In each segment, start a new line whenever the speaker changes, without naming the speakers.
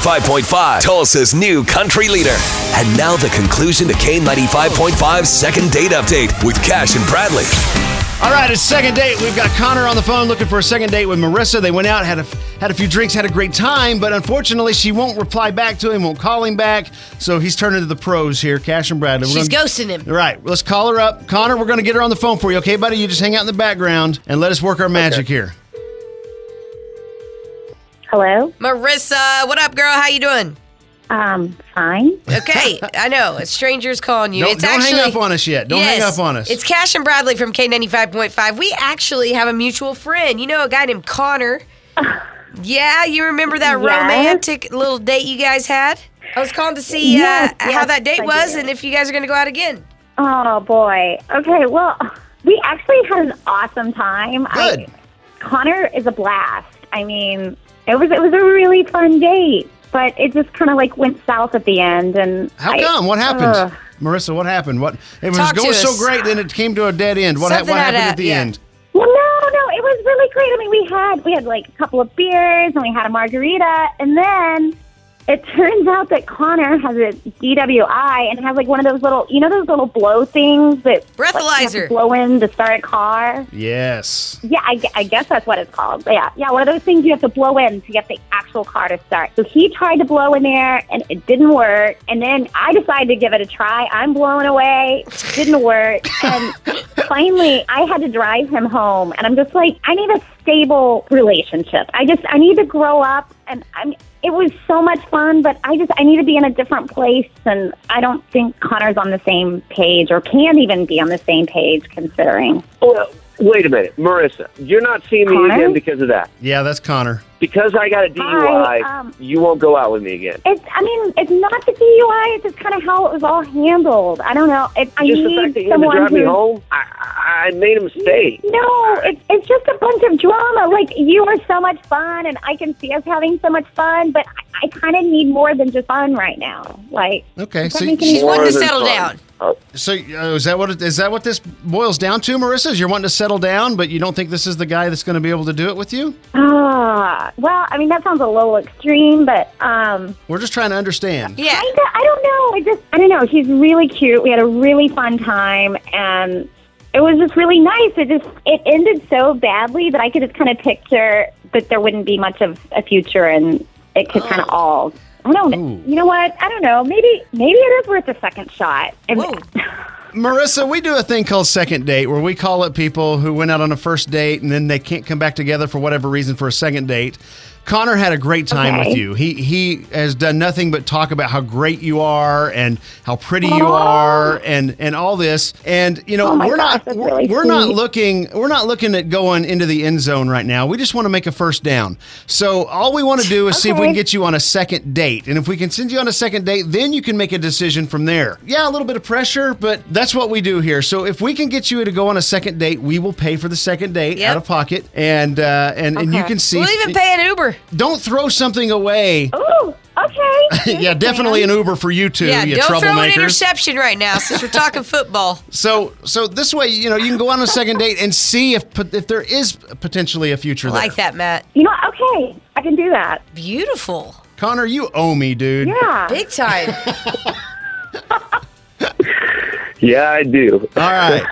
K95.5, Tulsa's new country leader. And now the conclusion to K95.5's second date update with Cash and Bradley.
All right, it's second date. We've got Connor on the phone looking for a second date with Marissa. They went out, had a had a few drinks, had a great time, but unfortunately, she won't reply back to him, won't call him back. So he's turning to the pros here, Cash and Bradley. We're
She's
gonna-
ghosting him.
All right, let's call her up, Connor. We're going to get her on the phone for you, okay, buddy? You just hang out in the background and let us work our magic here.
Hello.
Marissa, what up, girl? How you doing?
Um, fine.
Okay, I know. A stranger's calling you.
Don't-
it's
don't hang
actually,
up on us yet. Don't hang up on us.
It's Cash and Bradley from K95.5. We actually have a mutual friend. You know, a guy named Connor. yeah, you remember that
Yes.
romantic little date you guys had? I was calling to see
Yes,
uh, how
yes,
that date
I
was
do.
and if you guys are going to go out again.
Oh boy. Okay. Well, we actually had an awesome time.
Good.
I, Connor is a blast. I mean, it was it was a really fun date, but it just kind of like went south at the end. And
How
I-
come? What happened,
Ugh.
Marissa? What happened? What it was
uh, Talk to
going so
us.
great, then it came to a dead end. What, ha-
Something
what
had
happened
a-
at the
yeah.
end?
Well, no, no, it was really great. I mean, we had we had like a couple of beers and we had a margarita, and then it turns out that Connor has a DWI and has like one of those little, you know, those little blow things that like, you have to
Breathalyzer.
blow in to start a car.
Yes.
Yeah, I, gue- I guess that's what it's called. But yeah, yeah, one of those things you have to blow in to get the actual car to start. So he tried to blow in there, and it didn't work. And then I decided to give it a try. I'm blown away. Didn't work. And finally, I had to drive him home. And I'm just like, I need a stable relationship. I just, I need to grow up. And I'm. It was so much fun, but I just I need to be in a different place, and I don't think Connor's on the same page, or can even be on the same page, considering.
Well, Oh, wait a minute, Marissa. You're not seeing me
Connor?
again because of that.
Yeah, that's Connor.
Because I got a
Hi,
DUI,
um,
you won't go out with me again.
It's, I mean, it's not the DUI. It's just kind of how it was all handled. I don't know. It, I
Just the
need
fact that you had to
someone
drive me
who-
home, I, I I made a mistake.
No, it's it's just a bunch of drama. Like you are so much fun, and I can see us having so much fun. But I, I kind of need more than just fun right now. Like
Okay,
does that
so-
make any
She's
sense?
wanting to
than
settle
fun.
down.
Oh,
So uh, is that what it, is that what this boils down to, Marissa? Is you're wanting to settle down, but you don't think this is the guy that's going to be able to do it with you?
Ah, well, I mean that sounds a little extreme, but um,
We're just trying to understand.
Yeah.
I, don't- I don't know. I just I don't know. He's really cute. We had a really fun time, and it was just really nice. It just it ended so badly that I could just kind of picture that there wouldn't be much of a future, and it could kind of all. I don't.
Oh. Ooh.
You know what? I don't know. Maybe maybe it is worth a second shot. And
Whoa.
Marissa, we do a thing called second date where we call up people who went out on a first date and then they can't come back together for whatever reason for a second date. Connor had a great time
Okay.
with you. He he has done nothing but talk about how great you are and how pretty you
Aw.
are and and all this. And you know,
Oh my
we're
gosh,
not
that's
we're,
really
we're not
sweet.
looking we're not looking at going into the end zone right now. We just want to make a first down. So all we want to do is see if we can
Okay.
get you on a second date. And if we can send you on a second date, then you can make a decision from there. Yeah, a little bit of pressure, but that's what we do here. So if we can get you to go on a second date, we will pay for the second date
Yep.
out of pocket, and uh, and and you
Okay.
can see.
We'll even pay an Uber.
Don't throw something away.
oh, okay.
yeah, definitely an Uber for you two,
Yeah,
you
don't throw an
troublemakers.
interception right now since we're talking football.
So, so this way, you know, you can go on a second date and see if if there is potentially a future
I
there.
like that, Matt.
You know, okay, I can do that.
Beautiful.
Connor, you owe me, dude.
Yeah.
Big time.
yeah, I do.
All right,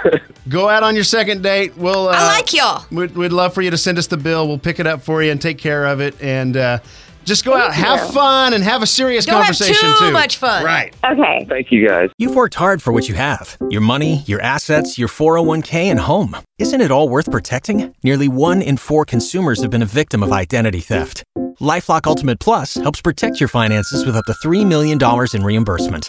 go out on your second date. We'll. Uh,
I like y'all.
We'd, we'd love for you to send us the bill. We'll pick it up for you and take care of it. And uh, just go out, have
you.
fun, and have a serious
Don't have
conversation
too
too.
much fun.
Right.
Okay.
Thank you guys.
You've worked hard for what you have your money, your assets, your 401k, and home. Isn't it all worth protecting? Nearly one in four consumers have been a victim of identity theft. Lifelock Ultimate Plus helps protect your finances with up to $3 million in reimbursement.